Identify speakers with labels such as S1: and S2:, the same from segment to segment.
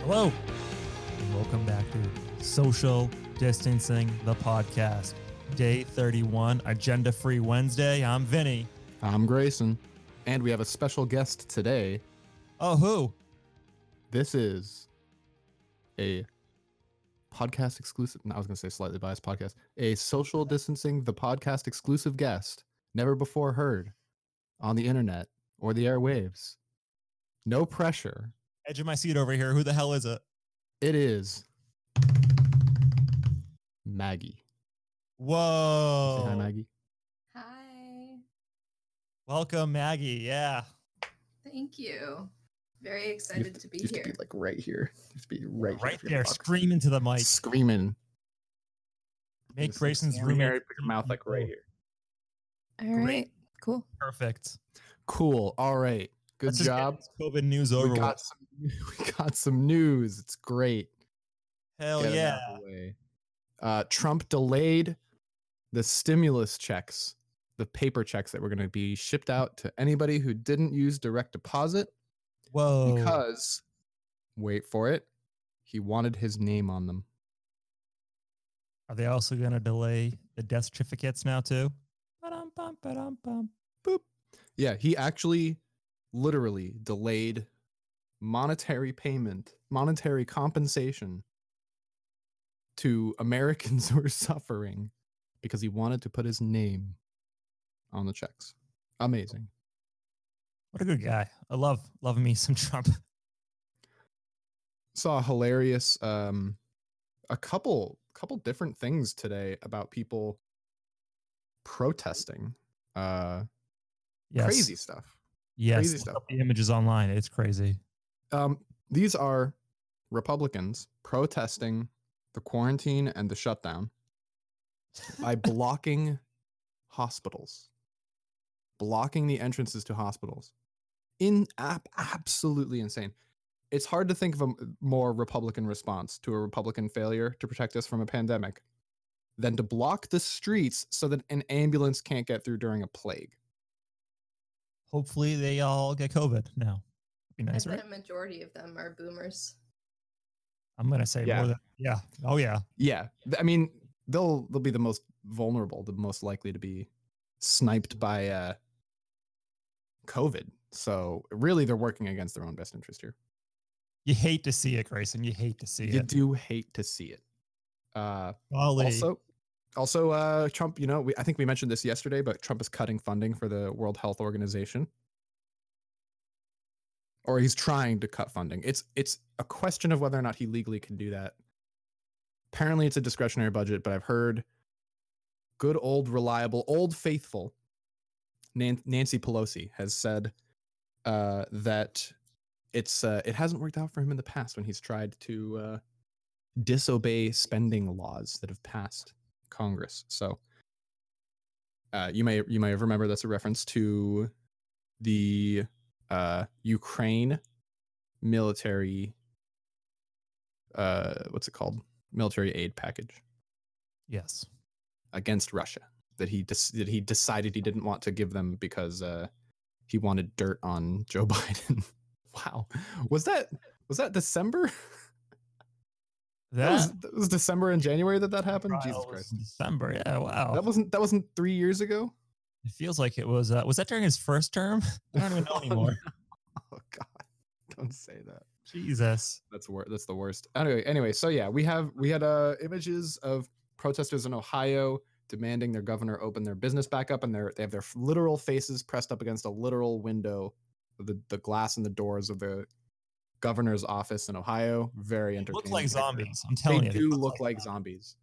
S1: Hello, and welcome back to Social Distancing the Podcast, Day 31, Agenda Free Wednesday. I'm Vinny.
S2: I'm Grayson, and we have a special guest today.
S1: Oh, who?
S2: This is a podcast exclusive. No, I was going to say slightly biased podcast. A social distancing, the podcast exclusive guest, never before heard on the internet or the airwaves. No pressure.
S1: Edge of my seat over here. Who the hell is it?
S2: It is Maggie.
S1: Whoa.
S3: Oh.
S2: Say hi, Maggie.
S3: Hi.
S1: Welcome, Maggie. Yeah.
S3: Thank you. Very
S2: You
S3: excited
S2: have
S3: to
S2: you
S3: be
S2: have
S3: here.
S2: like right here. You have to be right,
S1: Right
S2: here
S1: there, screaming to the mic.
S2: screaming.
S1: Make
S2: This is
S1: Grayson's
S2: Mary,
S1: room
S2: put your mouth like right here.
S3: All
S1: Great.
S3: right. Cool.
S1: perfect.
S2: Cool. All right. Good
S1: Let's just get
S2: job.
S1: this COVID news over.
S2: we
S1: with.
S2: got some we got some news. It's great.
S1: Hell
S2: Get it
S1: yeah.
S2: out of the way. Uh, Trump delayed the stimulus checks, the paper checks that were going to be shipped out to anybody who didn't use direct deposit
S1: Whoa.
S2: because wait for it, he wanted his name on them.
S1: Are they also going to delay the death certificates now, too? Ba-dum-bum, ba-dum-bum.
S2: Boop. Yeah, he actually literally delayed monetary payment, monetary compensation to Americans who are suffering because he wanted to put his name on the checks. Amazing.
S1: What a good guy. I love, love me some Trump.
S2: Saw a hilarious um a couple couple different things today about people protesting. Uh
S1: Yes.
S2: crazy stuff.
S1: Yes.
S2: Crazy
S1: look
S2: stuff.
S1: up The images online. It's crazy.
S2: um, these are Republicans protesting the quarantine and the shutdown by blocking hospitals, blocking the entrances to hospitals. In ab- absolutely insane. It's hard to think of a m- more Republican response to a Republican failure to protect us from a pandemic than to block the streets so that an ambulance can't get through during a plague.
S1: Hopefully they all get COVID now. Be nice,
S3: I bet
S1: right?
S3: a majority of them are boomers.
S1: I'm gonna say
S2: Yeah.
S1: more than yeah. Oh yeah.
S2: Yeah, th- I mean they'll they'll be the most vulnerable, the most likely to be sniped by uh, COVID. So really, they're working against their own best interest here.
S1: You hate to see it, Grayson. You hate to see
S2: You
S1: it.
S2: do hate to see it. Uh,
S1: Golly.
S2: also, also uh, Trump. You know, we, I think we mentioned this yesterday, but Trump is cutting funding for the World Health Organization, or he's trying to cut funding. It's it's a question of whether or not he legally can do that. Apparently, it's a discretionary budget, but I've heard good old reliable, old faithful Nan- Nancy Pelosi has said uh, that it's uh, it hasn't worked out for him in the past when he's tried to. Uh, disobey spending laws that have passed Congress. So uh, you may you may have remember that's a reference to the uh, Ukraine military uh, what's it called military aid package
S1: yes.
S2: against Russia that he des- that he decided he didn't want to give them because uh, he wanted dirt on Joe Biden. wow, was that was that December? That,
S1: That,
S2: was, that was December and January that that happened.
S1: trial
S2: Jesus
S1: was
S2: Christ.
S1: in December. Yeah. Wow.
S2: That wasn't that wasn't three years ago.
S1: it feels like it was. Uh, was that during his first term? I don't even know anymore.
S2: Oh God, don't say that.
S1: Jesus.
S2: That's wor- That's the worst. Anyway, anyway, so yeah, we have we had uh, images of protesters in Ohio demanding their governor open their business back up, and they're they have their literal faces pressed up against a literal window, the the glass and the doors of the governor's office in Ohio. Very
S1: They
S2: entertaining.
S1: Look like
S2: picture.
S1: zombies. I'm
S2: They
S1: telling you.
S2: do look
S1: like Mm.
S2: like zombies.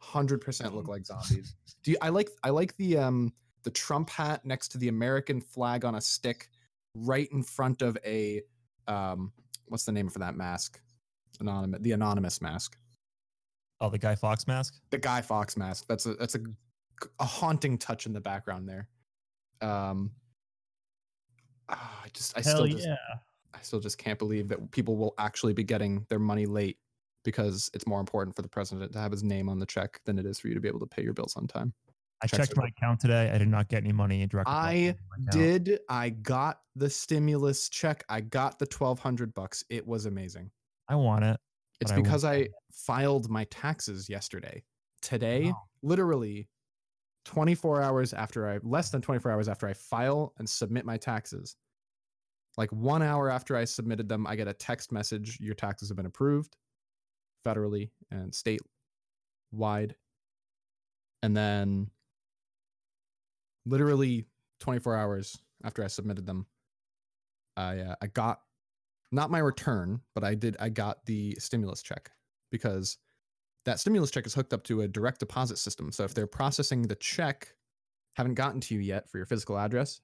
S2: Hundred percent look like zombies. Do you, I like I like the um the Trump hat next to the American flag on a stick, right in front of a um what's the name for that mask? Anonymous the anonymous mask,
S1: Oh, the Guy Fox mask.
S2: the Guy Fox mask. That's a that's a a haunting touch in the background there. Um, ah, I just I
S1: Hell
S2: still just
S1: yeah.
S2: I still just can't believe that people will actually be getting their money late because it's more important for the president to have his name on the check than it is for you to be able to pay your bills on time.
S1: I
S2: Checks
S1: checked my account today. I did not get any money in direct.
S2: I
S1: deposit in my account.
S2: Did I got the stimulus check? I got the twelve hundred bucks. It was amazing.
S1: I want it.
S2: It's
S1: but I won't
S2: because
S1: buy
S2: I
S1: it.
S2: filed my taxes yesterday. Today,
S1: Wow.
S2: literally 24 hours after I, less than 24 hours after I file and submit my taxes, like one hour after I submitted them, I get a text message your taxes have been approved federally and state wide. And then literally 24 hours after I submitted them, I uh, I got not my return, but I did I got the stimulus check because that stimulus check is hooked up to a direct deposit system. So if they're processing the check, haven't gotten to you yet for your physical address,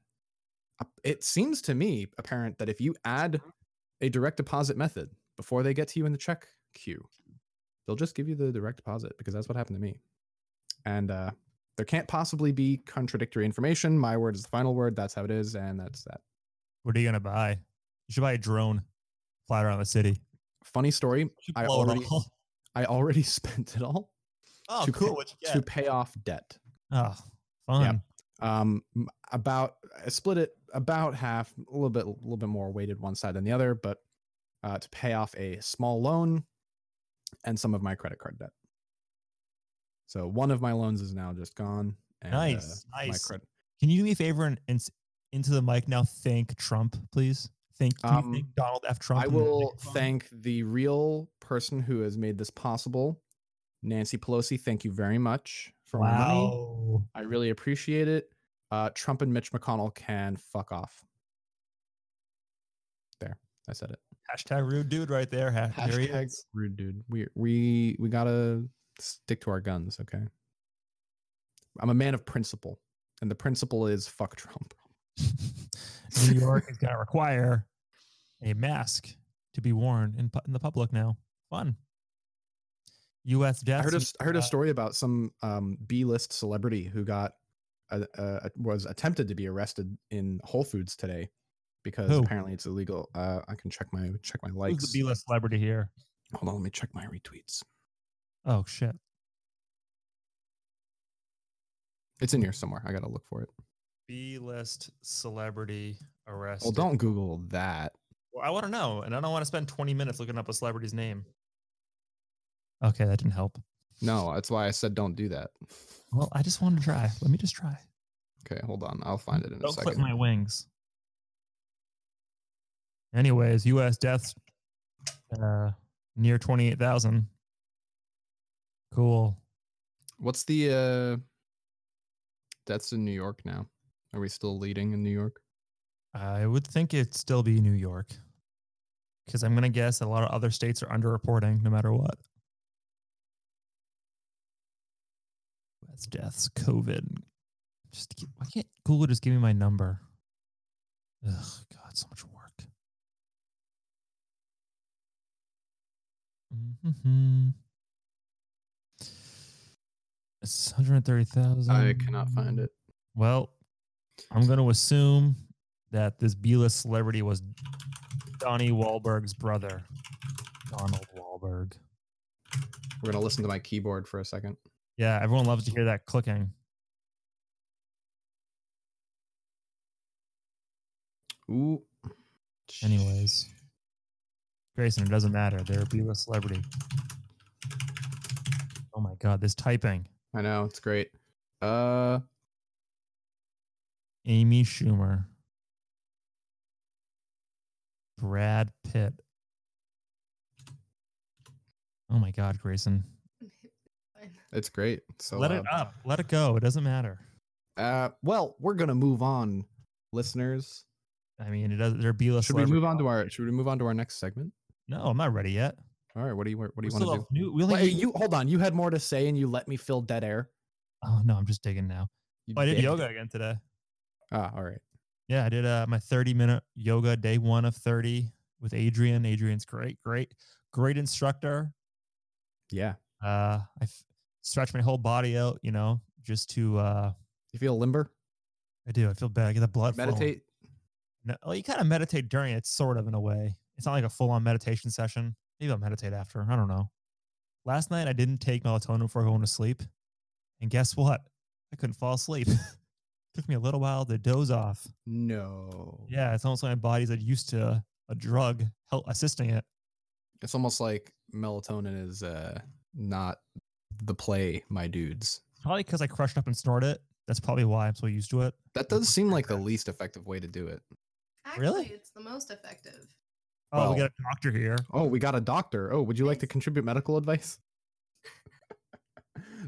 S2: uh, it seems to me apparent that if you add a direct deposit method before they get to you in the check queue, they'll just give you the direct deposit because that's what happened to me. And uh, there can't possibly be contradictory information. My word is the final word. That's how it is, and that's that.
S1: What are you gonna buy? You should buy a drone, fly around the city.
S2: Funny story.
S1: You
S2: I
S1: blow it
S2: already-
S1: all.
S2: I already spent it all
S1: Oh,
S2: to
S1: cool.
S2: pay-
S1: What you
S2: to
S1: get?
S2: pay off debt.
S1: Oh, fun.
S2: Um, m- about I split it about half, a little bit, a little bit more weighted one side than the other, but uh, to pay off a small loan and some of my credit card debt. So one of my loans is now just gone. And, uh,
S1: Nice,
S2: my
S1: nice.
S2: credit-
S1: Can you do me a favor and, and s- into the mic now? Thank Trump, please. Thank, can
S2: Um,
S1: you thank Donald F. Trump.
S2: I
S1: in the
S2: will
S1: microphone?
S2: thank the real person who has made this possible, Nancy Pelosi. Thank you very much for my money.
S1: Wow.
S2: I really appreciate it. Uh, Trump and Mitch McConnell can fuck off. There, I said it.
S1: Hashtag rude dude right there. Ha- there he
S2: Hashtag
S1: is.
S2: rude, dude. We we we gotta stick to our guns, okay? I'm a man of principle, and the principle is fuck Trump.
S1: New York is going to require a mask to be worn in, pu- in the public now. Fun. U.S. deaths.
S2: I heard a,
S1: in-
S2: s- I heard a
S1: uh,
S2: story about some um, B-list celebrity who got uh, uh, was attempted to be arrested in Whole Foods today because
S1: Who?
S2: apparently it's illegal. Uh, I can check my check my
S1: Who's
S2: likes.
S1: the B-list celebrity here?
S2: Hold on, let me check my retweets.
S1: Oh shit.
S2: It's in here somewhere. I gotta look for it.
S1: B-list celebrity arrest.
S2: Well, don't Google that.
S1: Well, I want to know, and I don't want to spend 20 minutes looking up a celebrity's name. Okay, that didn't help.
S2: No, that's why I said don't do that.
S1: Well, I just want to try. Let me just try.
S2: Okay, hold on. I'll find it in a
S1: Don't clip
S2: second.
S1: my wings. Anyways, U.S. deaths uh, near 28,000. Cool.
S2: What's the uh that's in New York now? Are we still leading in New York?
S1: I would think it'd still be New York because I'm going to guess a lot of other states are underreporting no matter what. U.S. deaths, COVID. Just gi- why can't Google just give me my number? Ugh, God, so much work. hmm It's 130,000.
S2: I cannot find it.
S1: Well, I'm going to assume that this B-list celebrity was Donnie Wahlberg's brother, Donald Wahlberg.
S2: We're gonna listen to my keyboard for a second.
S1: Yeah, everyone loves to hear that clicking.
S2: Ooh.
S1: Anyways, Grayson, it doesn't matter. They're a B-list celebrity. Oh my God, this typing.
S2: I know, it's great. Uh
S1: Amy Schumer, Brad Pitt. Oh my God, Grayson.
S3: Fine.
S2: it's great. It's so
S1: Let
S2: loud.
S1: it up. Let it go. It doesn't matter.
S2: Uh well, we're gonna move on, listeners.
S1: I mean, it does. They're B list.
S2: Should we move on to our should we move on to our next segment?
S1: No, I'm not ready yet.
S2: All right, what do you what do
S1: We
S2: you want
S1: still
S2: to do?
S1: have New, we only
S2: Wait,
S1: need-
S2: you hold on. You had more to say, and you let me fill dead air.
S1: Oh no, I'm just digging now.
S2: You
S1: Oh, I did
S2: dick.
S1: yoga again today.
S2: Ah, all right.
S1: Yeah, I did uh, my 30 minute yoga day one of 30 with Adrian. Adrian's great, great, great instructor.
S2: Yeah,
S1: Uh, I f- stretched my whole body out, you know, just to. Uh,
S2: you feel limber.
S1: I do. I feel bad. I get the blood. flowing.
S2: Meditate.
S1: No, well, you kind of meditate during it, sort of in a way. It's not like a full on meditation session. Maybe I'll meditate after. I don't know. Last night I didn't take melatonin before going to sleep. And guess what? I couldn't fall asleep. Took me a little while to doze off.
S2: No.
S1: Yeah, it's almost like my body's like used to a drug help assisting it.
S2: It's almost like melatonin is uh not the play, my dudes.
S1: Probably because I crushed up and snorted it. That's probably why I'm so used to it.
S2: That does seem like the least effective way to do it.
S3: Actually,
S1: Really?
S3: it's the most effective.
S1: Oh, we
S2: Well-
S1: got a doctor here.
S2: Oh, we got a doctor. Oh, would you like to
S3: Thanks.
S2: contribute medical advice?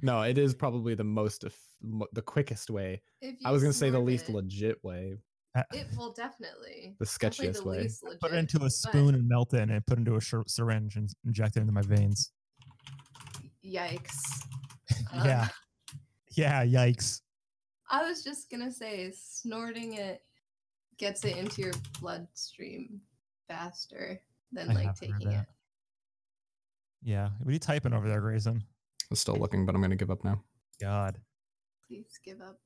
S2: no, it is probably the most eff- mo- the quickest way.
S3: If
S2: I was
S3: you
S2: going to say the
S3: snort
S2: least
S3: it,
S2: legit way,
S1: Uh,
S3: It will definitely.
S2: the
S3: definitely
S2: sketchiest
S3: the
S2: way.
S3: least legit,
S1: Put it into a
S3: but
S1: spoon and melt it, and it put into a shir- syringe and inject it into my veins.
S3: Yikes.
S1: Yeah.
S3: Um,
S1: Yeah, yikes.
S3: I was just gonna say snorting it gets it into your bloodstream faster than
S1: I
S3: like
S1: have heard
S3: taking
S1: that.
S3: it.
S1: Yeah. What are you typing over there, Grayson?
S2: I'm still looking, but I'm going to give up now.
S1: God.
S3: Please give up.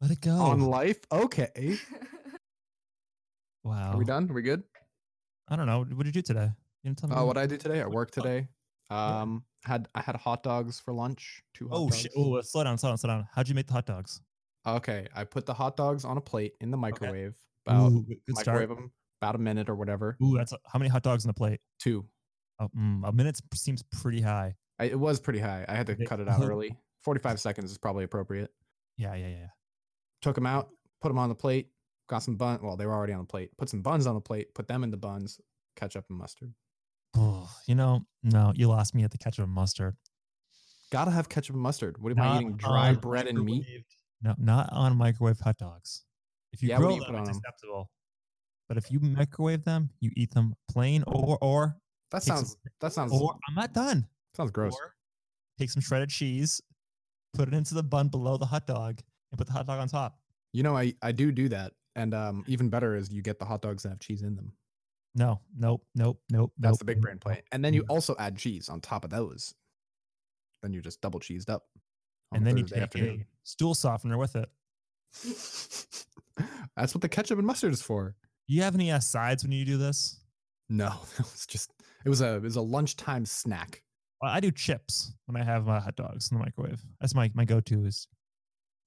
S1: Let it go.
S2: On life? Okay.
S1: wow.
S2: Are
S1: Oh.
S2: we done? Are we good?
S1: I don't know. What did you do today? You didn't tell me.
S2: Uh, what I do today? I work
S1: Oh,
S2: today. Um, had I had hot dogs for lunch. Two hot
S1: Oh
S2: dogs.
S1: shit! Oh, slow down, slow down, slow down. How'd you make the hot dogs?
S2: Okay, I put the hot dogs on a plate in the microwave. About
S1: Ooh, good- good
S2: microwave
S1: start.
S2: them about a minute or whatever.
S1: Ooh, that's how many hot dogs in the plate?
S2: Two.
S1: Oh, mm, a minute seems pretty high.
S2: I, it was pretty high. I had to
S1: They-
S2: cut it out early. Forty-five seconds is probably appropriate.
S1: Yeah, yeah, yeah. yeah.
S2: Took them out, put them on the plate. Got some bun. Well, they were already on the plate. Put some buns on the plate. Put them in the buns. Ketchup and mustard.
S1: Oh, you know, no, you lost me at the ketchup and mustard.
S2: Gotta have ketchup and mustard. What am I
S1: Not
S2: eating? Dry
S1: on
S2: bread and meat.
S1: microwave- No, not on microwave hot dogs. If you
S2: Yeah, what do
S1: grill
S2: you put
S1: them, it's
S2: on 'em?
S1: acceptable. But if you microwave them, you eat them plain or or
S2: That
S1: take some-
S2: sounds. That sounds.
S1: or I'm not done.
S2: Sounds gross.
S1: Or take some shredded cheese, put it into the bun below the hot dog, and put the hot dog on top.
S2: You know, I I do do that, and um, even better is you get the hot dogs that have cheese in them.
S1: No, nope, nope, nope.
S2: That's
S1: nope,
S2: the big
S1: nope,
S2: brain play,
S1: nope.
S2: and then you
S1: nope.
S2: also add cheese on top of those. Then you're just double cheesed up. on
S1: and
S2: a
S1: then you
S2: Thursday
S1: take a stool softener with it.
S2: afternoon. That's what the ketchup and mustard is for.
S1: Do you have any uh, sides when you do this?
S2: No, it was just it was a it was a lunchtime snack.
S1: I I do chips when I have my hot dogs in the microwave. That's my my go to is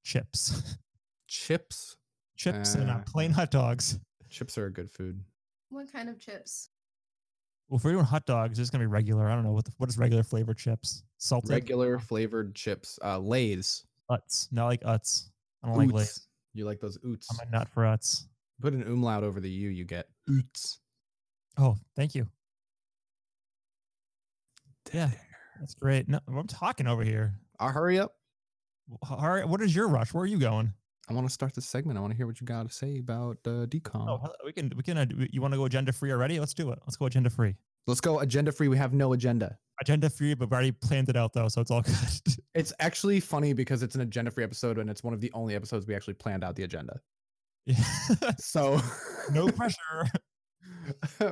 S1: chips,
S2: Chips,
S1: chips and uh,
S2: Ah.
S1: plain hot dogs.
S2: chips are a good food.
S3: what kind of chips?
S1: Well, if we're doing hot dogs, it's gonna be regular. I don't know what the, what is regular flavor chips. Salted
S2: Regular flavored chips, uh, Lay's.
S1: Utz, not like Utz. I don't like Lay's.
S2: Oots. You like those oots?
S1: I'm a nut for Utz.
S2: Put an umlaut over the u, you get oots.
S1: Oh, thank you. Yeah.
S2: There.
S1: That's great. No, I'm talking over here.
S2: Uh, hurry up.
S1: All right, what is your rush? Where are you going?
S2: I want to start this segment. I want to hear what you got to say about uh, decom.
S1: Oh, hell, we can we can. Uh, do- you want to go agenda free already? Let's do it. Let's go agenda free.
S2: Let's go agenda free. We have no agenda.
S1: Agenda free, but we already planned it out though, so it's all good.
S2: It's actually funny because it's an agenda free episode and it's one of the only episodes we actually planned out the agenda.
S1: Yeah.
S2: So
S1: no pressure.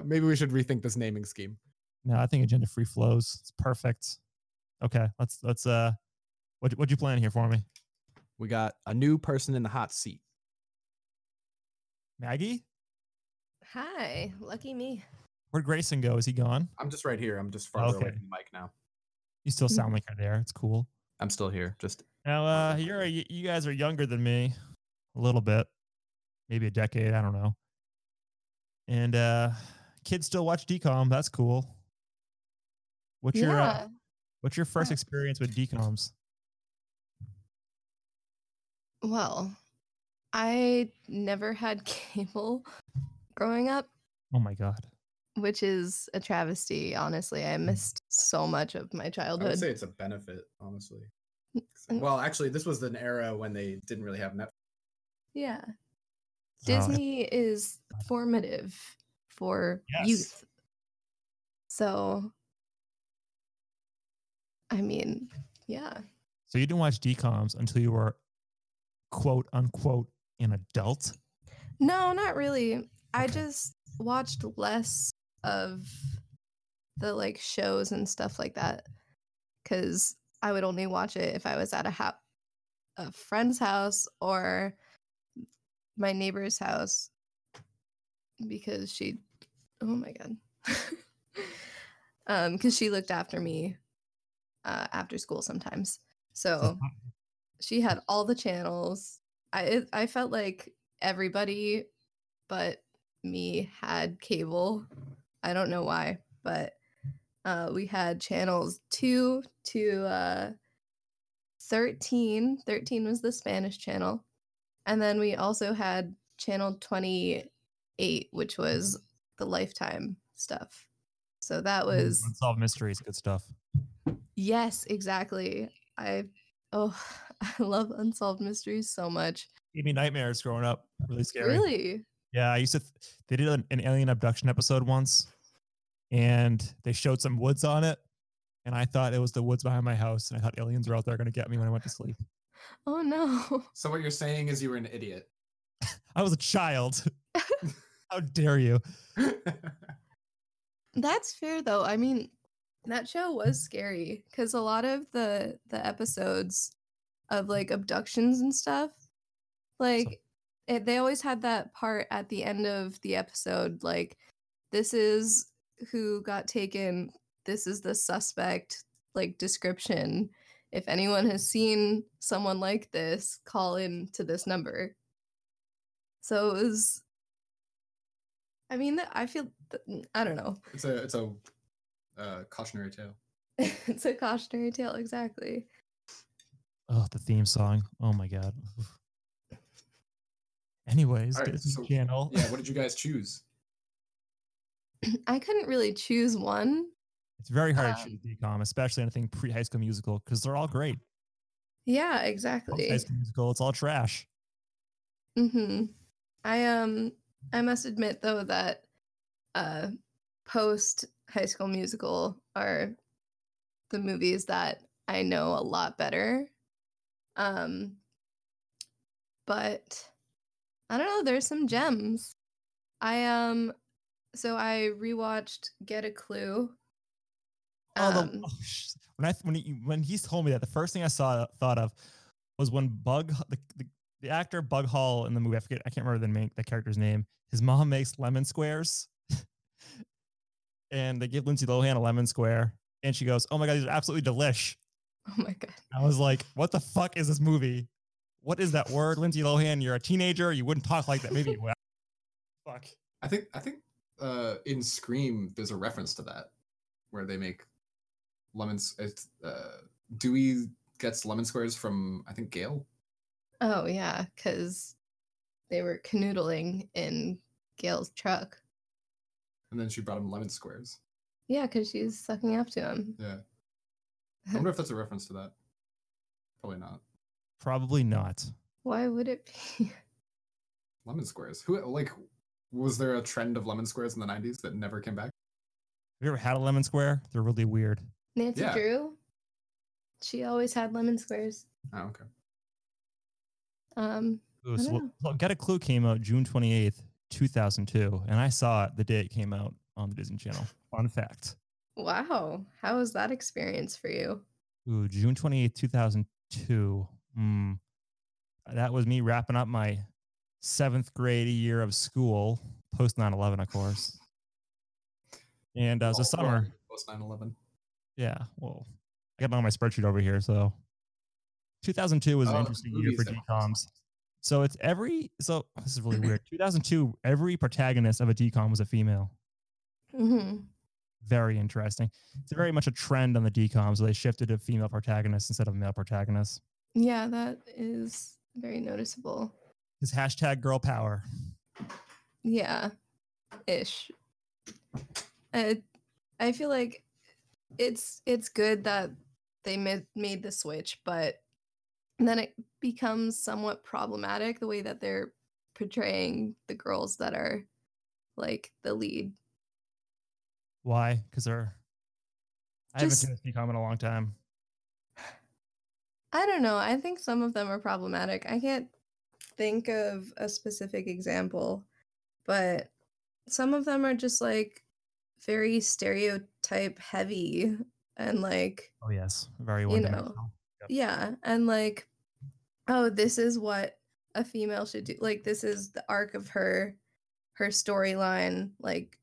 S2: maybe we should rethink this naming scheme.
S1: No, I think agenda free flows. It's perfect. Okay, let's let's uh, what what you plan here for me,
S2: We got a new person in the hot seat.
S1: Maggie?
S3: Hi, lucky me.
S1: Where'd Grayson go? Is he gone?
S2: I'm just right here. I'm just farther away
S1: Okay.
S2: from the mic now.
S1: You still
S2: Mm-hmm.
S1: sound like you're there. It's cool.
S2: I'm still here. Just
S1: Now, uh, you're a, y- you guys are younger than me, a little bit, maybe a decade. I don't know. And uh, kids still watch DCOM. That's cool. What's your uh,
S3: yeah.
S1: What's your first
S3: Yeah.
S1: experience with DCOMs?
S3: Well, I never had cable growing up,
S1: Oh my god.
S3: which is a travesty. Honestly, I missed so much of my childhood.
S2: it's a benefit, honestly.
S3: Mm.
S2: actually, this was an era when they didn't really have Netflix.
S3: yeah,
S1: Oh, it-
S3: Disney is formative for
S1: Yes.
S3: youth. So, I mean, yeah.
S1: so you didn't watch DCOMs until you were quote unquote an adult?
S3: No, not really. I
S1: Okay.
S3: just watched less of the like shows and stuff like that because I would only watch it if I was at a, ho- a friend's house or my neighbor's house because she, oh my god, um, because she looked after me uh, after school sometimes. So she had all the channels. I it, I felt like everybody but me had cable. I don't know why, but uh, we had channels 2 to uh, 13 13 was the spanish channel and then we also had channel 28 which was the lifetime stuff so that was
S1: Unsolved mysteries, good stuff.
S3: yes exactly i oh i love unsolved mysteries so much
S1: Gave me nightmares growing up. Really scary.
S3: really
S1: Yeah, I used to. Th- they did an, an alien abduction episode once, and they showed some woods on it, and I thought it was the woods behind my house, and I thought aliens were out there going to get me when I went to sleep.
S3: oh no
S2: So what you're saying is you were an idiot.
S1: I was a child. How dare you?
S3: That's fair though. I mean, that show was scary because a lot of the the episodes of like abductions and stuff, like it, they always had that part at the end of the episode, like this is who got taken, this is the suspect, like description. If anyone has seen someone like this, call in to this number. So it was. I mean, th- I feel. th- I don't know.
S2: it's a it's a uh, cautionary tale.
S3: it's a cautionary tale, exactly.
S1: Oh, the theme song. Oh my god. Oof. Anyways,
S2: All right,
S1: Disney
S2: so-
S1: Channel.
S2: Yeah. What did you guys choose?
S3: I couldn't really choose one.
S1: It's very hard to
S3: Um,
S1: choose DCOM, especially anything pre High School Musical, because they're all great.
S3: Yeah,
S1: Post
S3: exactly.
S1: High School Musical, it's all trash.
S3: hmm I um I must admit though that uh post high school musical are the movies that I know a lot better. Um but I don't know, there's some gems. I um so I rewatched Get a Clue.
S1: Oh, the,
S3: Um,
S1: oh, sh- when I when he, when he told me that, the first thing I saw thought of was when Bug H- the, the, the actor Bug Hall in the movie. I forget. I can't remember the main the character's name. His mom makes lemon squares, and they give Lindsay Lohan a lemon square, and she goes, "Oh my god, these are absolutely delish."
S3: Oh my god.
S1: I was like, "What the fuck is this movie? What is that word, Lindsay Lohan? You're a teenager. You wouldn't talk like that. Maybe you would." Fuck.
S2: I think I think uh, in Scream there's a reference to that where they make lemons. It's, uh, Dewey gets lemon squares from I think Gail.
S3: Oh yeah, because they were canoodling in Gail's truck.
S2: And then she brought him lemon squares.
S3: Yeah, because she's sucking up to him.
S2: Yeah. I wonder if that's a reference to that. Probably not.
S1: Probably not.
S3: Why would it be?
S2: Lemon squares. Who like was there a trend of lemon squares in the 90s that never came back?
S1: Have you ever had a lemon square? They're really weird.
S3: Nancy
S2: Yeah.
S3: Drew. She always had lemon squares.
S2: Oh, okay.
S3: Um,
S1: Ooh,
S3: I
S1: so,
S3: dunno.
S1: so Get a Clue came out June 28th, 2002, and I saw it the day it came out on the Disney Channel. Fun fact.
S3: wow, how was that experience for you?
S1: Ooh, June 28th, 2002. Mm. That was me wrapping up my seventh grade year of school, post 9 11, of course. And uh, it was a
S2: Oh, well,
S1: summer.
S2: Post 9/11.
S1: Yeah. Well, I got it on my spreadsheet over here. So 2002 was an
S2: Oh,
S1: interesting year
S2: movies
S1: for
S2: that were
S1: DCOMs. So it's every, so this is really weird. 2002, every protagonist of a DCOM was a female.
S3: hmm
S1: Very interesting. It's very much a trend on the DCOMs. So they shifted to female protagonists instead of male protagonists.
S3: Yeah, that is very noticeable.
S1: This hashtag girl power.
S3: Yeah, ish. I, I feel like it's it's good that they made made the switch, but then it becomes somewhat problematic the way that they're portraying the girls that are like the lead.
S1: Why? Because they're, I haven't
S3: Just-
S1: seen this DCOM in a long time.
S3: I don't know. I think some of them are problematic. I can't think of a specific example, but some of them are just like very stereotype heavy and like
S1: Oh, yes. Very
S3: You
S1: one dimensional.
S3: Yeah, and like, oh, this is what a female should do. Like, this is the arc of her, her storyline. Like,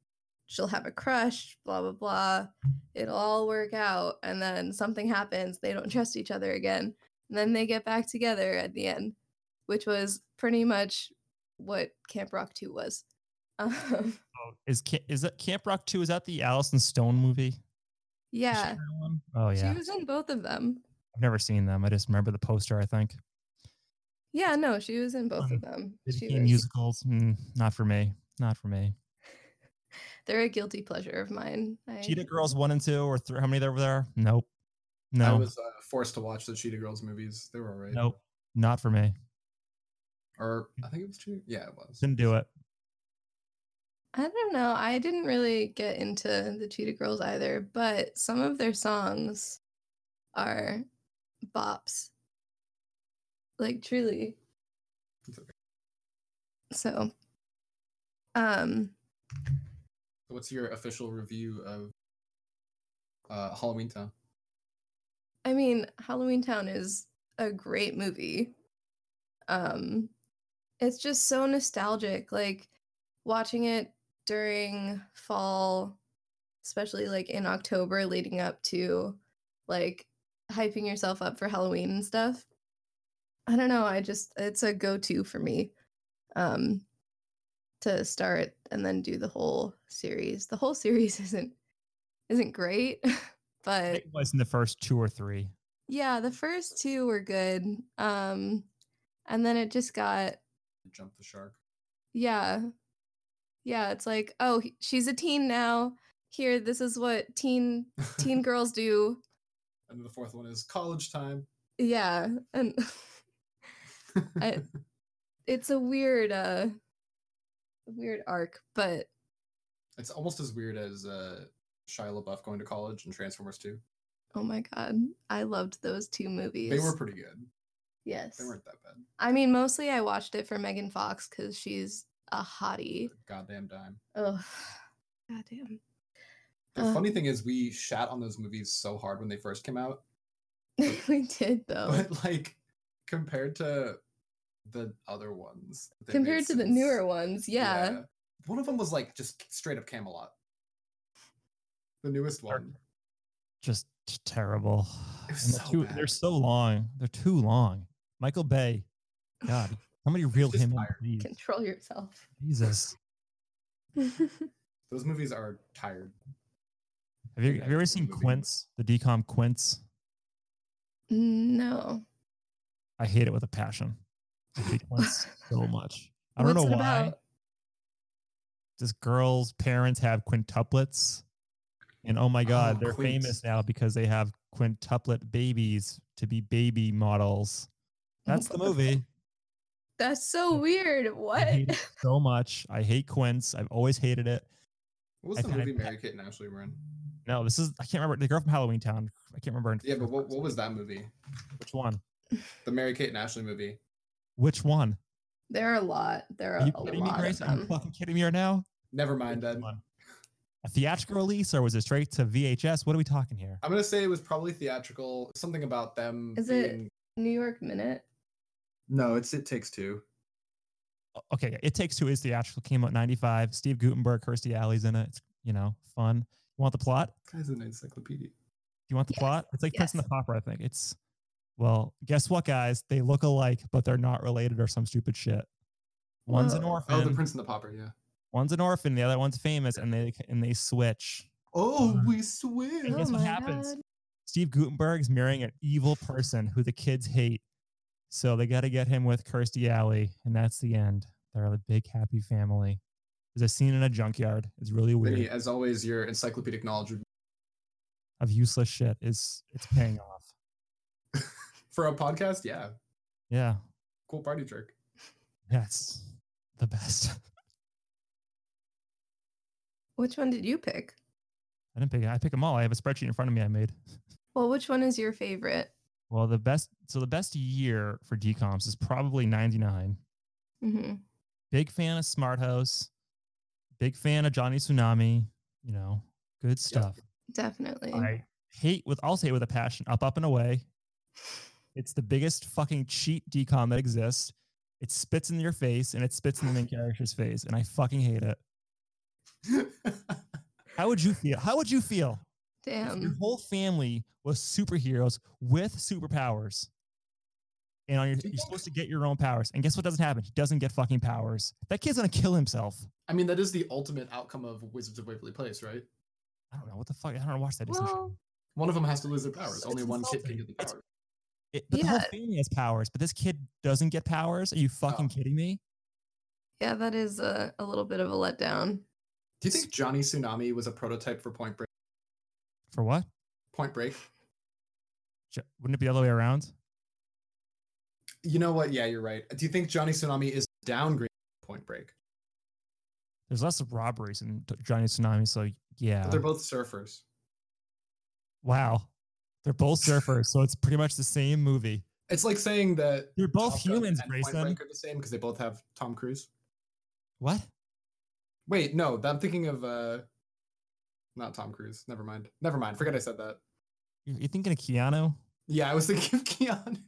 S3: she'll have a crush, blah blah blah. It'll all work out, and then something happens. They don't trust each other again. And then they get back together at the end, which was pretty much what Camp Rock Two was. Um,
S1: Oh, Is, Ca- is that Camp Rock 2? Is that the Allison Stone movie? Is she
S3: Yeah.
S1: in that one? Oh yeah.
S3: She was in both of them.
S1: I've never seen them. I just remember the poster. I think
S3: Yeah, no, she was in both
S1: Um,
S3: of them.
S1: Did
S3: She
S1: he
S3: was,
S1: musicals. Mm, not for me. Not for me.
S3: they're a guilty pleasure of mine. I,
S1: Cheetah Girls one and two or three. How many there were there? Nope.
S2: I
S1: No.
S2: was uh, forced to watch the Cheetah Girls movies. They were alright.
S1: nope. Not for me.
S2: Or I think it was Cheetah. Yeah, it was.
S1: Didn't do it.
S3: I don't know. I didn't really get into the Cheetah Girls either, but some of their songs are bops. Like truly.
S2: It's okay.
S3: So um
S2: So What's your official review of uh, Halloween Town?
S3: I mean, Halloween Town is a great movie. Um it's just so nostalgic like watching it during fall, especially like in October leading up to like hyping yourself up for Halloween and stuff. I don't know, I just it's a go-to for me. Um to start and then do the whole series. The whole series isn't isn't great, but
S1: It was in the first two or three.
S3: yeah, the first two were good. Um and then it just got
S2: Jump the shark.
S3: yeah. Yeah, it's like, oh, he- she's a teen now. Here, this is what teen teen girls do.
S2: and the fourth one is college time.
S3: Yeah. And I- it's a weird uh weird arc, but
S2: it's almost as weird as uh, Shia LaBeouf going to college and Transformers 2.
S3: oh my god, I loved those two movies.
S2: They were pretty good.
S3: yes.
S2: They weren't that bad.
S3: I mean, mostly I watched it for Megan Fox cuz she's a hottie.
S2: The goddamn dime.
S3: Oh. Goddamn.
S2: The
S3: Uh.
S2: funny thing is, we shat on those movies so hard when they first came out,
S3: we did though.
S2: but like compared to the other ones, they made
S3: compared to the
S2: sense.
S3: newer ones yeah.
S2: One of them was like just straight up Camelot. The newest one.
S1: Just t- terrible.
S2: It was
S1: And they're
S2: so
S1: too-
S2: bad.
S1: They're so long. They're too long. Michael Bay. God. Somebody reel
S2: just
S1: him in,
S2: tired.
S1: please.
S3: control yourself
S1: Jesus.
S2: Those movies are tired.
S1: Have you,
S2: Yeah,
S1: have you ever
S2: it's a
S1: seen
S2: movie.
S1: Quince, the decom Quince?
S3: no
S1: I hate it with a passion. I hate Quince so much. I don't
S3: What's
S1: know
S3: it
S1: why.
S3: about?
S1: Just girls' parents have quintuplets. And oh my God,
S2: Oh,
S1: they're
S2: Quince.
S1: famous now because they have quintuplet babies to be baby models. That's the
S3: What the fuck?
S1: movie.
S3: that's so weird
S1: I
S3: what
S1: hate it so much. I hate Quince. I've always hated it.
S2: What was
S1: I
S2: the
S1: kinda
S2: movie
S1: pa-
S2: Mary Kate and Ashley were in?
S1: No, this is, I can't remember. The girl from Halloween Town. I can't remember.
S2: Yeah, but what, what was that movie?
S1: Which one?
S2: The Mary Kate and Ashley movie.
S1: Which one?
S3: there are a lot there are
S1: Are you
S3: a
S1: kidding me,
S3: lot
S1: Grace?
S3: of
S1: Are you
S3: them
S1: fucking kidding me right now?
S2: Never mind.
S1: Which
S2: Then.
S1: one? A theatrical release or was it straight to VHS? What are we talking here?
S2: I'm gonna say it was probably theatrical. Something about them.
S3: Is it- new york minute
S2: No, it's it takes two.
S1: O- Okay, It Takes Two is theatrical. Came out '95. Steve Gutenberg, Kirstie Alley's in it. It's you know fun. You want the plot? Do
S2: Guy's an encyclopedia.
S1: you want the
S3: Yes,
S1: plot? It's like Prince and
S3: yes.
S1: the Popper. I think it's. Well, guess what, guys? They look alike, but they're not related or some stupid shit. One's an
S3: Whoa.
S1: orphan.
S2: Oh, the Prince and the Popper. Yeah.
S1: one's an orphan. The other one's famous, and they and they switch.
S2: Oh,
S1: Um,
S2: we swim.
S1: And guess
S3: Oh
S1: what
S3: my
S1: happens?
S3: God.
S1: Steve Gutenberg's marrying an evil person who the kids hate. So they got to get him with Kirstie Alley, and that's the end. They're a big happy family. There's a scene in a junkyard. It's really weird.
S2: Vinny, as always, your encyclopedic knowledge of-
S1: Of useless shit is it's paying off.
S2: for a podcast. Yeah,
S1: Yeah,
S2: cool party trick.
S1: that's the best.
S3: which one did you pick
S1: I didn't pick. I pick them all. I have a spreadsheet in front of me. I made.
S3: well which one is your favorite
S1: Well, the best. So the best year for DComs is probably '99.
S3: hmm
S1: Big fan of Smart House. Big fan of Johnny Tsunami. You know, good stuff.
S3: definitely
S1: I hate with I'll say with a passion. Up, up and away. It's the biggest fucking cheat decon that exists. It spits in your face and it spits in the main character's face, and I fucking hate it. How would you feel? How would you feel if your
S2: Um,
S3: damn
S1: whole family was superheroes with superpowers? And on your,
S2: Do
S1: you're
S2: you think-
S1: supposed to get your own powers. And guess what doesn't happen? He doesn't get fucking powers. That kid's gonna kill himself.
S2: I mean, that is the ultimate outcome of Wizards of Waverly Place, right?
S1: I don't know what the fuck. I don't know. Watch that Disney show.
S3: Well,
S2: One of them has to lose their powers.
S3: It's
S2: Only one kid
S1: insulting.
S2: can get the
S1: It's-
S2: powers.
S1: It, but the whole
S3: Yeah.
S1: family has powers, but this kid doesn't get powers. Are you fucking
S2: Oh.
S1: kidding me?
S3: yeah, that is a, a little bit of a letdown.
S2: Do you think Johnny Tsunami was a prototype for Point Break?
S1: For what?
S2: Point Break.
S1: J- Wouldn't it be the other way around?
S2: You know what? Yeah, you're right. Do you think Johnny Tsunami is downgrade from Point Break?
S1: There's less robberies in T- Johnny Tsunami, so yeah.
S2: But they're both surfers.
S1: wow, they're both surfers, so it's pretty much the same movie.
S2: It's like saying that
S1: They're both
S2: Top Gun
S1: humans,
S2: and Point
S1: Grayson.
S2: Break are the same because they both have Tom Cruise.
S1: What?
S2: Wait, no, th- I'm thinking of uh, not Tom Cruise. Never mind. Never mind. Forget I said that.
S1: You're, you're thinking of Keanu? Oh
S2: Yeah, I was thinking of Keanu.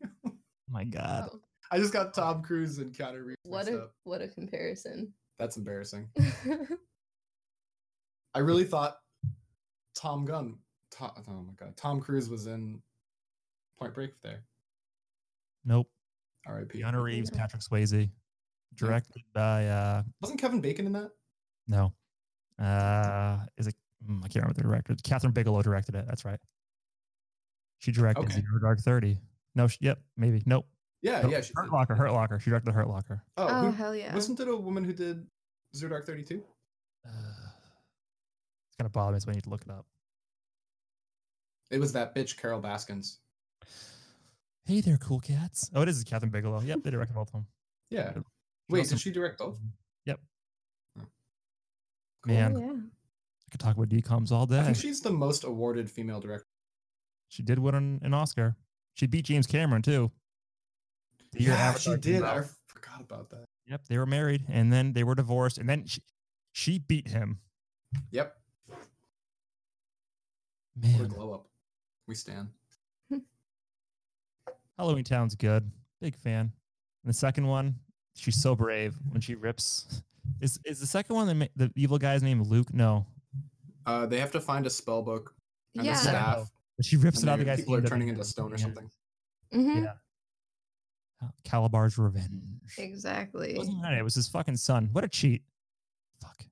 S1: my god.
S3: Oh,
S2: I just got Tom Cruise and Keanu Reeves.
S3: what
S2: mixed
S3: a
S2: up. Oh,
S3: what a comparison.
S2: That's embarrassing.
S3: I
S2: I really thought Tom Gunn. Tom, oh my god, Tom Cruise was in Point Break there.
S1: Nope.
S2: R.I.P.
S1: Keanu Reeves,
S3: No.
S1: Patrick Swayze, directed by uh
S2: Wasn't Kevin Bacon in that?
S1: no, uh is it? mm, I can't remember the director. Catherine Bigelow directed it. That's right. She directed
S2: Okay.
S1: Zero Dark Thirty. No, she, yep, maybe. Nope.
S2: Yeah,
S1: Nope.
S2: yeah. She,
S1: Hurt Locker. Hurt Locker. She directed Hurt Locker.
S2: Oh,
S3: Oh,
S2: who-
S3: hell yeah.
S2: wasn't it a woman who did Zero Dark Thirty Two?
S1: Uh, it's gonna bother me, so I need to look it up.
S2: It was that bitch Carol Baskins.
S1: Hey there, cool cats. Oh, it is Catherine Bigelow. Yep, they directed both of them.
S2: Yeah.
S1: She
S2: Wait,
S1: also-
S2: did she direct both?
S1: Yep.
S2: Oh. Cool.
S1: Man,
S3: yeah.
S1: I could talk about DComs all
S2: I
S1: day.
S2: think she's the most awarded female director.
S1: She did win an, an Oscar. She beat James Cameron too. The year
S2: yeah,
S1: Avatar
S2: she
S1: came
S2: did.
S1: out.
S2: I forgot about that.
S1: Yep, they were married and then they were divorced and then she, she beat him.
S2: Yep. What a
S1: Man,
S2: glow up. We stand.
S1: Halloween Town's good. Big fan. And the second one, she's so brave when she rips. Is is the second one the, ma- the evil guy's name Luke? No,
S2: Uh, they have to find a spell book and
S3: Yeah.
S2: the staff.
S1: But she rips
S2: and
S1: it out. of The
S2: they're-
S1: guy's
S2: people are
S1: hand and
S2: turning
S1: then
S2: into stone or
S1: ripping it.
S2: something.
S3: Mhm.
S1: Uh, Calabar's revenge. It
S3: Exactly.
S1: wasn't even it was his fucking son. What a cheat! Fuck.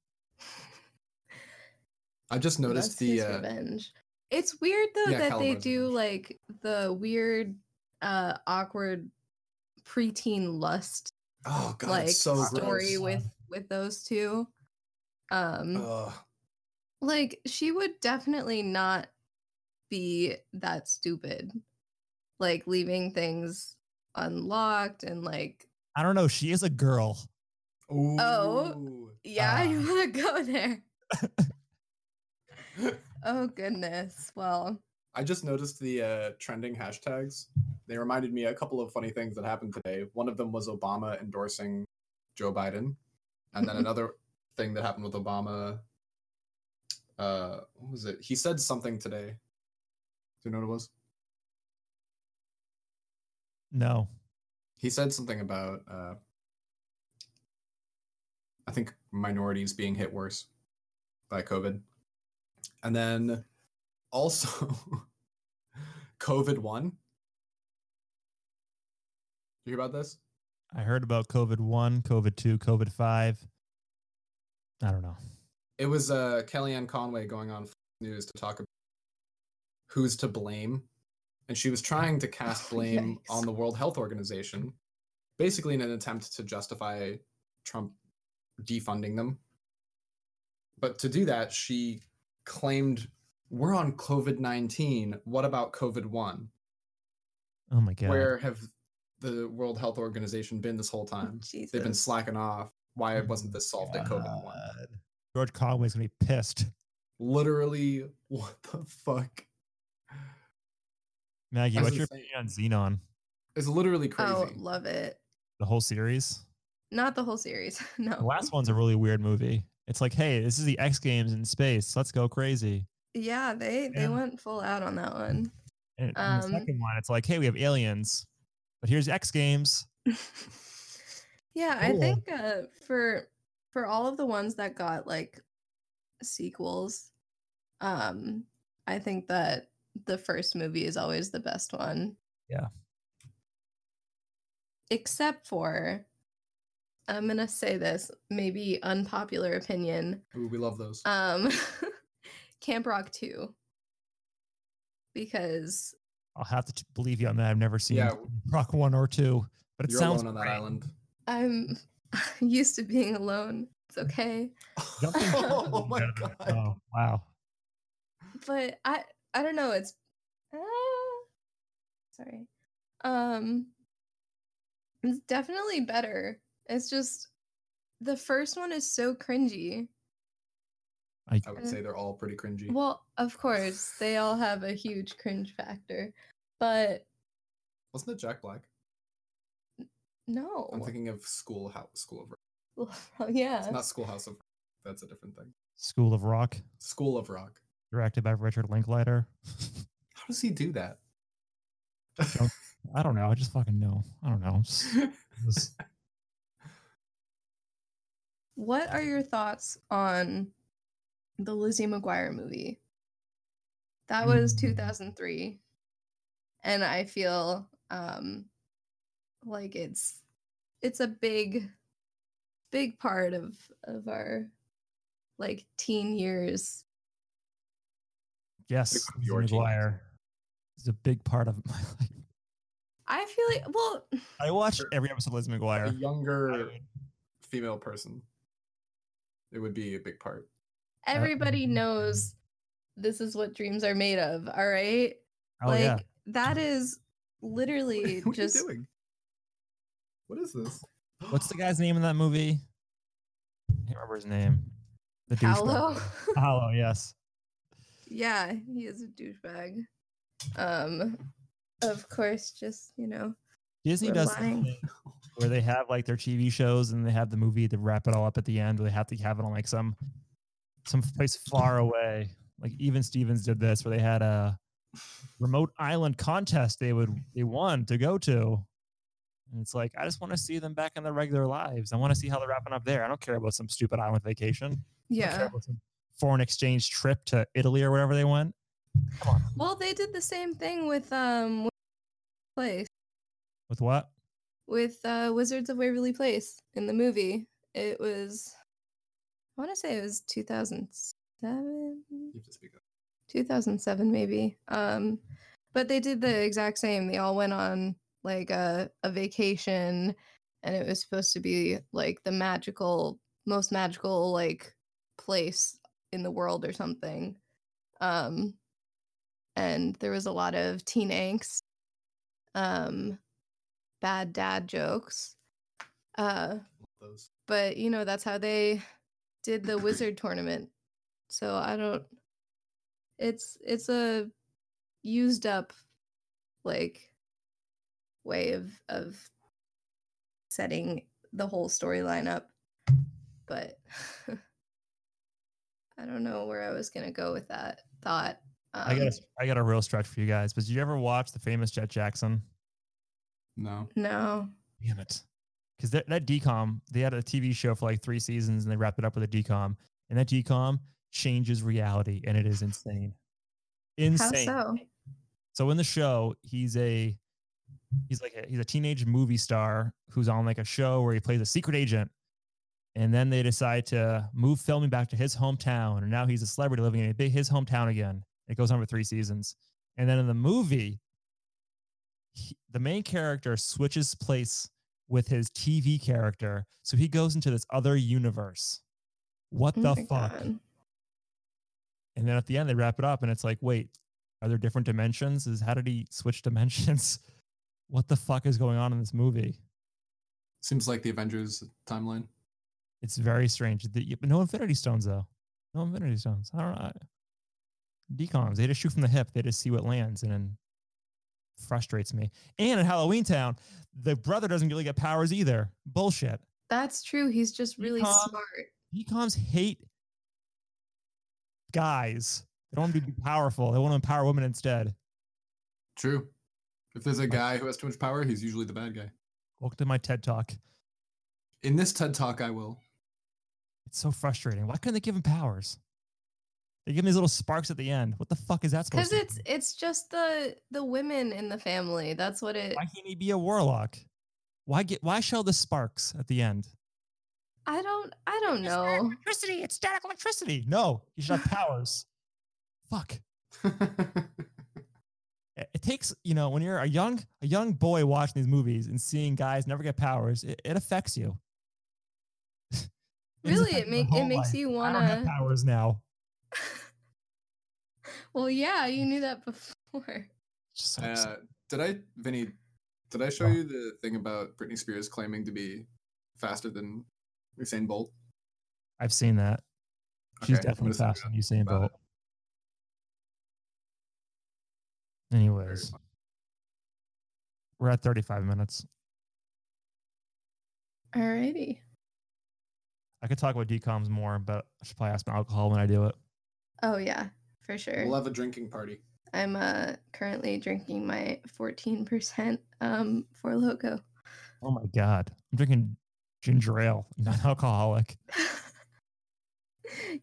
S2: I just noticed
S3: That's his
S2: the uh,
S3: revenge. It's weird though
S2: Yeah,
S3: that they
S2: Calabar's
S3: do
S2: revenge.
S3: like the weird, uh, awkward preteen lust
S2: oh god,
S3: like
S2: it's so
S3: story
S2: gross.
S3: with with those two. Um,
S2: Ugh.
S3: like she would definitely not be that stupid, like leaving things unlocked and like
S1: I don't know. She is a girl.
S2: Oh.
S3: yeah, you
S1: Ah.
S3: want to go there. Oh goodness. Well,
S2: I just noticed the uh, trending hashtags. They reminded me a couple of funny things that happened today. One of them was Obama endorsing Joe Biden, and then another thing that happened with Obama. Uh, what was it? He said something today. Do you know what it was?
S1: No.
S2: he said something about uh, I think minorities being hit worse by COVID, and then also COVID one. You hear about this?
S1: I heard about COVID one, COVID two, COVID five. I don't know.
S2: It was uh, Kellyanne Conway going on Fox News to talk about who's to blame, and she was trying to cast blame
S3: Yikes.
S2: on the World Health Organization, basically in an attempt to justify Trump defunding them. But to do that, she claimed we're on COVID 19. What about COVID 1?
S1: Oh my god.
S2: Where have the World Health Organization been this whole time?
S3: Jesus.
S2: They've been slacking off. Why wasn't this solved at COVID 1?
S1: God. George Conway's gonna be pissed.
S2: Literally, what the fuck?
S1: Maggie,
S2: That's
S1: what's your
S2: insane.
S1: opinion on Xenon?
S2: It's literally crazy.
S3: Oh, love it.
S1: The whole series.
S3: Not the whole series. no.
S4: Oh.
S1: The last one's a really weird movie. It's like, hey, this is the X Games in space. Let's go crazy.
S3: Yeah, they they
S1: Yeah.
S3: went full out on that one.
S1: And, and
S3: Um,
S1: the second one, it's like, hey, we have aliens, but here's X Games.
S3: yeah, I
S1: Cool.
S3: think uh, for for all of the ones that got like sequels, um, I think that the first movie is always the best one.
S1: Yeah.
S3: Except for, I'm gonna say this maybe unpopular opinion.
S2: Ooh, we love those.
S3: Um, Camp Rock 2 because
S1: I'll have to t- believe you on that. I've never seen
S4: Yeah.
S1: Rock One or Two, but it
S4: You're
S1: sounds
S4: alone on that
S1: great.
S4: island.
S3: I'm used to being alone. It's okay.
S1: Jumping
S3: Oh
S1: jacks.
S4: my
S1: Yeah.
S4: God.
S1: Oh, wow.
S3: But I I don't know, it's uh, sorry. Um it's definitely better. It's just the first one is so cringy.
S1: I,
S4: I would say they're all pretty cringy.
S3: Well, of course, they all have a huge cringe factor. But
S4: Wasn't it Jack Black?
S3: no.
S4: I'm thinking of Schoolhouse. School of Rock.
S3: yeah.
S4: It's not Schoolhouse of. Rock. That's a different thing.
S1: School of Rock,
S4: School of Rock.
S1: directed by Richard Linklater.
S4: How does he do that?
S1: I don't know. I just fucking know. I don't know. I'm just- this-
S3: What are your thoughts on the Lizzie McGuire movie? That was
S1: Mm.
S3: 2003. And I feel um like it's it's a big big part of of our like teen years.
S1: yes,
S4: Because of
S1: Lizzie
S4: your genes.
S1: McGuire is a big part of my life.
S3: I feel like well,
S1: I watched
S4: Sure.
S1: every episode of Lizzie
S4: a
S1: McGuire. I
S4: younger
S1: would-
S4: female person. It would be a big part.
S3: everybody knows this is what dreams are made of, all right?
S1: Oh
S3: like
S1: yeah,
S3: that is literally
S4: what
S3: just
S4: are you doing? What is this?
S1: what's the guy's name in that movie? I can't remember his name. The douchebag.
S3: Paolo.
S1: Paolo, yes.
S3: Yeah, he is a douchebag. Um, of course, just you know,
S1: Disney
S3: We're
S1: does this
S3: lying.
S1: thing where they have like their TV shows and they have the movie to wrap it all up at the end. They have to have it on like some some place far away. Like even Stevens did this where they had a remote island contest they would they won to go to. And it's like I just want to see them back in their regular lives. I want to see how they're wrapping up there. I don't care about some stupid island vacation. I don't care
S3: yeah.
S1: about some foreign exchange trip to Italy or wherever they went. Come on.
S3: Well, they did the same thing with um, with place
S1: With what?
S3: with uh, Wizards of Waverly Place in the movie. It was, I want to say it was two thousand seven,
S4: You have to speak up.
S3: two thousand seven maybe. Um, but they did the exact same. They all went on like a a vacation, and it was supposed to be like the magical, most magical like place in the world or something. Um, and there was a lot of teen angst, um, bad dad jokes. Uh,
S4: Love Those.
S3: but you know that's how they did the wizard tournament. So I don't. It's it's a used up like way of of setting the whole storyline up, but I don't know where I was gonna go with that thought. Um,
S1: I got a, I got a real stretch for you guys. But did you ever watch the famous Jet Jackson?
S4: No.
S3: no.
S1: Damn it. Because that, that decom, they had a TV show for like three seasons and they wrapped it up with a decom. And that decom changes reality and it is insane. Insane.
S3: How so?
S1: So in the show, he's a he's like a, he's a teenage movie star who's on like a show where he plays a secret agent. And then they decide to move filming back to his hometown, and now he's a celebrity living in a- his hometown again. It goes on for three seasons, and then in the movie, he, the main character switches place with his TV character, so he goes into this other universe. What
S3: Oh
S1: the
S3: my
S1: fuck?
S3: God.
S1: And then at the end, they wrap it up, and it's like, wait, are there different dimensions? Is how did he switch dimensions? What the fuck is going on in this movie?
S4: Seems like the Avengers timeline.
S1: It's very strange. The- y- No Infinity Stones though. No Infinity Stones. I don't know. Decoms. They just shoot from the hip. They just see what lands, and then frustrates me. And in Halloween Town, the brother doesn't really get powers either. Bullshit.
S3: That's true. He's just really
S1: Because-
S3: smart.
S1: Decoms hate guys. They don't want to be powerful. They want to empower women instead.
S4: True. If there's a guy who has too much power, he's usually the bad guy.
S1: Welcome to my TED Talk.
S4: In this TED talk, I will.
S1: It's so frustrating. Why couldn't they give him powers? They give him these little sparks at the end. What the fuck is that supposed
S3: Because
S1: to be?
S3: it's it's just the the women in the family. That's what it.
S1: Why can't he be a warlock? Why get why show the sparks at the end?
S3: I don't I don't
S1: It's static
S3: know.
S1: Electricity, it's static electricity. No, you should have powers. Fuck.
S4: Uh,
S1: It it takes, you know, when you're a young a young boy watching these movies and seeing guys never get powers, it, it affects you. It has
S3: Really, it
S1: affected my
S3: make it
S1: whole
S3: makes
S1: life.
S3: you
S1: I don't have
S3: wanna.
S1: powers now.
S3: Well, yeah, you knew that before.
S1: Just so upset.
S4: uh, did I, Vinny? Did I show
S1: Oh.
S4: you the thing about Britney Spears claiming to be faster than Usain Bolt?
S1: I've seen that. She's
S4: Okay, I'm
S1: definitely
S4: gonna send
S1: faster than Usain
S4: about
S1: Bolt.
S4: it. Very
S1: Anyways,
S4: funny.
S1: we're at 35 minutes.
S3: Alrighty.
S1: I could talk about decoms more, but I should probably ask my alcohol when I do it.
S3: Oh yeah, for sure.
S4: We'll have a drinking party.
S3: I'm uh currently drinking my 14% um for loco.
S1: Oh my god, I'm drinking ginger ale, non-alcoholic.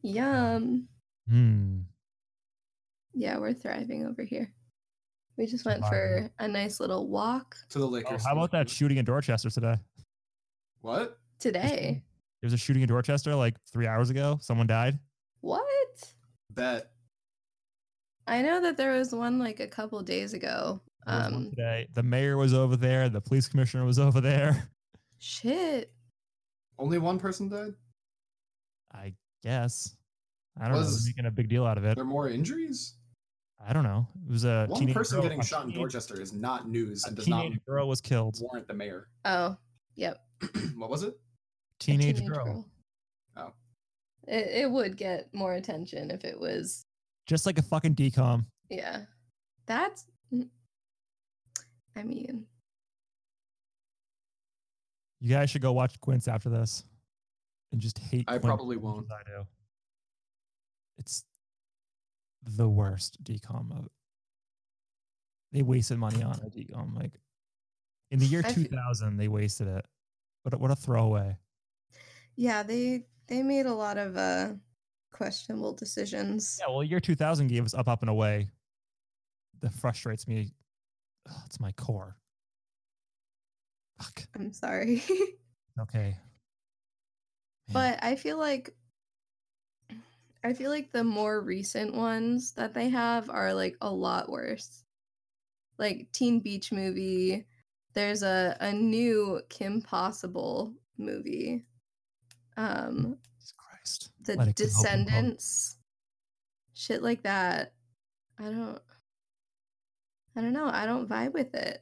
S3: Yum.
S1: Hmm.
S3: Yeah, we're thriving over here. We just went
S1: Surviving.
S3: for a nice little walk
S4: To the liquor.
S1: Oh, how about
S4: store.
S1: that shooting in Dorchester today?
S4: What?
S3: today.
S1: There was a shooting in Dorchester like three hours ago. Someone died.
S3: What?
S4: Bet.
S3: I know that there was one like a couple days ago.
S1: There was one
S3: Um
S1: today, the mayor was over there. The police commissioner was over there.
S3: shit.
S4: Only one person died.
S1: I guess. I don't know.
S4: Was-
S1: They're making a big deal out of it.
S4: There are more injuries.
S1: I don't know. It was a
S4: One
S1: teenage
S4: person
S1: girl-
S4: getting
S1: a
S4: shot in
S1: teenage-
S4: Dorchester is not news
S1: A
S4: and does not
S1: teenage girl was killed.
S4: warrant the mayor.
S3: Oh, yep.
S4: what was it?
S3: a
S1: Teenage, girl.
S4: Oh.
S3: It it would get more attention if it was
S1: just like a fucking decom.
S3: yeah. That's mm. I mean,
S1: You guys should go watch Quince after this, and just hate.
S4: I
S1: Quince
S4: probably
S1: as much
S4: won't.
S1: as I do. It's the worst decom of. They wasted money on a decom. Like in the year
S3: I feel-
S1: 2000, they wasted it. What a, what a throwaway.
S3: Yeah, they they made a lot of uh questionable decisions.
S1: Yeah, well, year 2000 gave us up, up and away. That frustrates me. Ugh, it's my core. Fuck.
S3: I'm sorry.
S1: Okay. Man.
S3: but I feel like I feel like the more recent ones that they have are like a lot worse. Like Teen Beach movie, there's a a new Kim Possible movie. Um
S1: Jesus Christ.
S3: The
S1: Let it go, Kim Possible.
S3: Descendants. Shit like that. I don't I don't know. I don't vibe with it.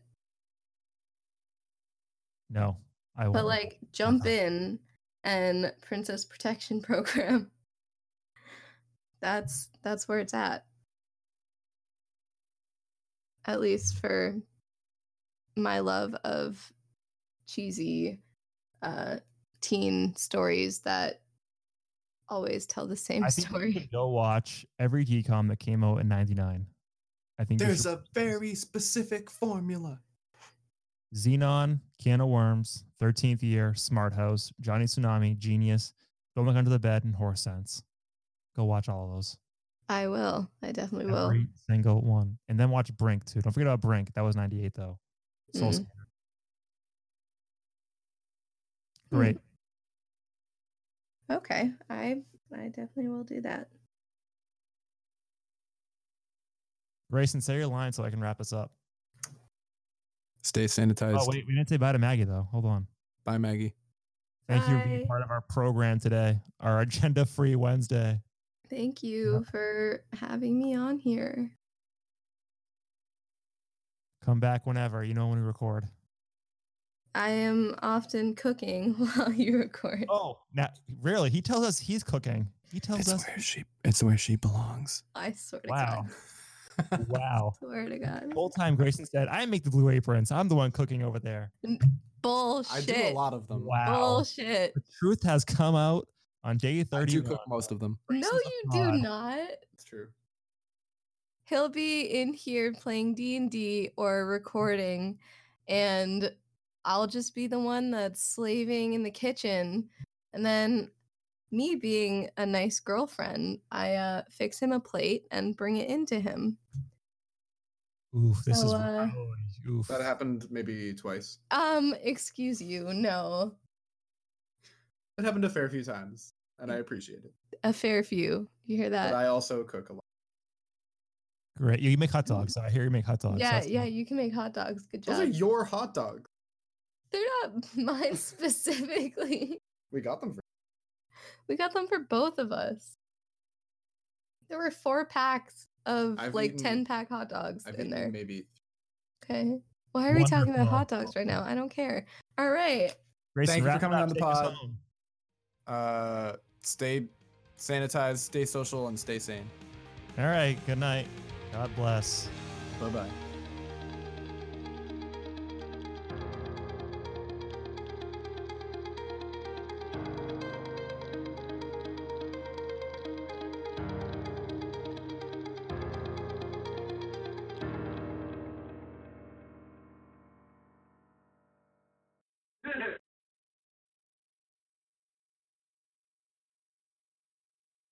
S1: No, I won't.
S3: but like jump
S1: Uh-huh.
S3: in and princess protection program that's that's where it's at at least for my love of cheesy uh teen stories that always tell the same
S1: I think you
S3: story
S1: should go watch every decom that came out in '99. I think you
S4: There's
S1: should
S4: a
S1: watch those.
S4: very specific formula.
S1: Xenon, Can of Worms, 13th Year, Smart House, Johnny Tsunami, Genius, Don't Look Under the Bed, and Horse Sense. Go watch all of those.
S3: i will i definitely will
S1: Every single one. And then watch Brink too. Don't forget about Brink. That was 98 though. Soul
S3: Mm.
S1: Scanner.
S3: Hmm.
S1: Great.
S3: okay i i definitely will do that
S1: Grayson, say your line so I can wrap this up.
S2: Stay sanitized.
S1: Oh, wait, we didn't say bye to Maggie though. Hold on.
S2: Bye, Maggie.
S1: Thank you for being
S3: Bye.
S1: part of our program today, our agenda free Wednesday.
S3: thank you for having me on here
S1: Come back whenever, you know, when we record.
S3: I am often cooking while you record.
S1: Oh, now really? He tells us he's cooking. He tells us,
S2: where she. It's where she belongs.
S3: I swear to
S1: wow,
S3: God.
S1: wow.
S3: Swear to God.
S1: Whole time Grayson said, I make the blue aprons. I'm the one cooking over there.
S3: Bullshit.
S4: I do a lot of them.
S1: Wow.
S3: Bullshit.
S1: The truth has come out on day
S2: I
S1: 30.
S2: do cook most of them.
S3: No,
S1: Grayson's a
S3: you
S1: fraud.
S3: do not.
S4: That's true.
S3: He'll be in here playing D and D or recording, and I'll just be the one that's slaving in the kitchen, and then. Me being a nice girlfriend, I uh, fix him a plate and bring it into him.
S1: Oof, this
S3: So,
S1: is
S3: uh,
S1: really- oof.
S4: That happened maybe twice.
S3: Um, excuse you, no.
S4: It happened a fair few times, and I appreciate it.
S3: a fair few. You hear
S4: But
S3: that?
S4: I also cook a lot.
S1: Great. You make hot dogs. I hear you make hot dogs.
S3: Mm-hmm. yeah,
S1: That's-
S3: yeah, you can make hot dogs. Good
S2: Those
S3: job.
S2: are your hot dogs.
S3: They're not mine specifically.
S2: We got them for
S3: We got them for both of us. There were four packs of
S2: I've
S3: like
S2: eaten-
S3: ten pack hot dogs
S2: I've
S3: in
S2: eaten
S3: there.
S2: maybe
S3: Okay. Why are we talking about
S1: Wonderful.
S3: hot dogs right now? I don't care. All right.
S1: Grayson,
S5: Thank you for
S1: wrap it
S5: coming
S1: up.
S5: on the
S1: Take us
S5: pod.
S1: home.
S5: Uh,
S2: stay sanitized, stay social, and stay sane.
S1: All right. Good night. God bless.
S2: Bye bye.